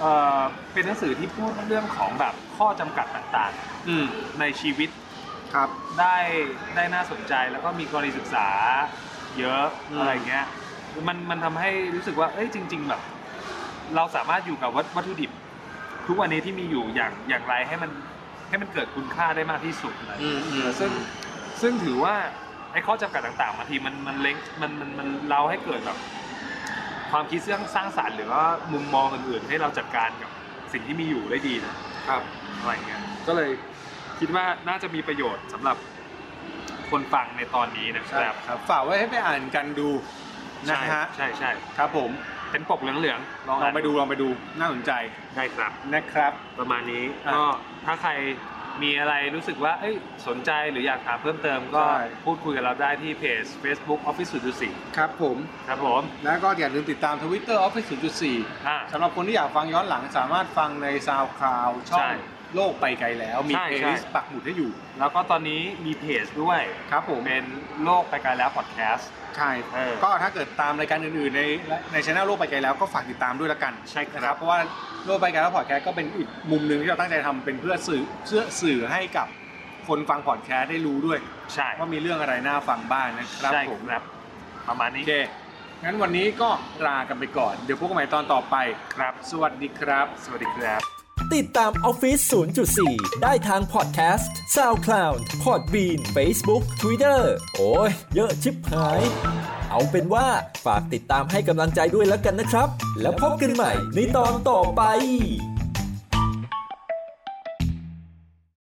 เออเป็นหนังสือที่พูดเรื่องของแบบข้อจำกัดต่าง อืม ๆ ในชีวิต ครับ ได้ได้น่าสนใจแล้วก็มีกรณีศึกษาเยอะ อืม อะไรเงี้ยมันมันทำให้รู้สึกว่าเอ้ยจริง ๆ แบบ เราสามารถอยู่กับวัตวัตถุดิบ ทุกวันนี้ที่มีอยู่อย่างอย่างไรให้มันให้มันเกิดคุณค่าได้มากที่สุดอะไร อืมอืม ซึ่งซึ่งถือว่าไอ้ข้อจำกัดต่างๆบางทีมันมันเล็งมันมันมันเราให้เกิดแบบความคิดสร้างสร้างสรรค์หรือว่ามุมมองอื่นๆ ให้เราจัดการกับสิ่งที่มีอยู่ได้ดีนะครับ อะไรเงี้ยก็เลยคิดว่าน่าจะมีประโยชน์สำหรับคนฟังในตอนนี้นะค ใช่ รับ ครับฝากไว้ให้ไปอ่านกันดูนะฮะ ใช่ใช่ ครับผม เป็นปกเหลืองๆลอง ล อ่า อง น ไปดูลองไปดูน่าสนใจ ได้ครับ นะครับ ประมาณนี้ อ่ะ ก็ถ้าใครมีอะไรรู้สึกว่าเอ้ยสนใจหรืออยากถามเพิ่มเติมก็ ใช่ พูดคุยกับเราได้ที่เพจ Facebook Office สุดสี ครับผม ครับผม แล้วก็อย่าลืมติดตาม Twitter Office 0.4 อ่า สำหรับคนที่อยากฟังย้อนหลังสามารถฟังในซาวคลาวช่อ ใช่ งโลกไปไกลแล้ว มี ใช่ เพลย์ ใช่ ลิสต์ปักหมุดให้อยู่ แล้วก็ตอนนี้มีเพจด้วย ครับผม เป็นโลกไปไกลแล้วพอดแคสต์ ใช่ เออ ก็ถ้าเกิดตามรายการอื่นๆ ในในช่องโลกไปไกลแล้วก็ฝากติดตามด้วยละกัน ใช่ครับ นะเพราะว่าโลกไปไกลแล้วพอดแคสต์ก็เป็นอีกมุมหนึ่งที่เราตั้งใจทำเป็นเพื่อสื่อเพื่อสื่อให้กับคนฟังพอดแคสต์ได้รู้ด้วย ใช่ ว่ามีเรื่องอะไรน่าฟังบ้างนะครับ ใช่ ผม ครับ ประมาณ โอ นี้ เคงั้นวันนี้ก็ลากันไปก่อน เดี๋ยวพบกันใหม่ตอนต่อไป ครับ สวัสดีครับ สวัสดีครับ ติดตาม Office 0.4 ได้ทางพอดแคสต์ SoundCloud Podbean Facebook Twitter โอ้ย เยอะชิบหาย เอาเป็นว่าฝากติดตามให้กำลังใจด้วยแล้วกันนะครับ แล้วพบกันใหม่ในตอนต่อไป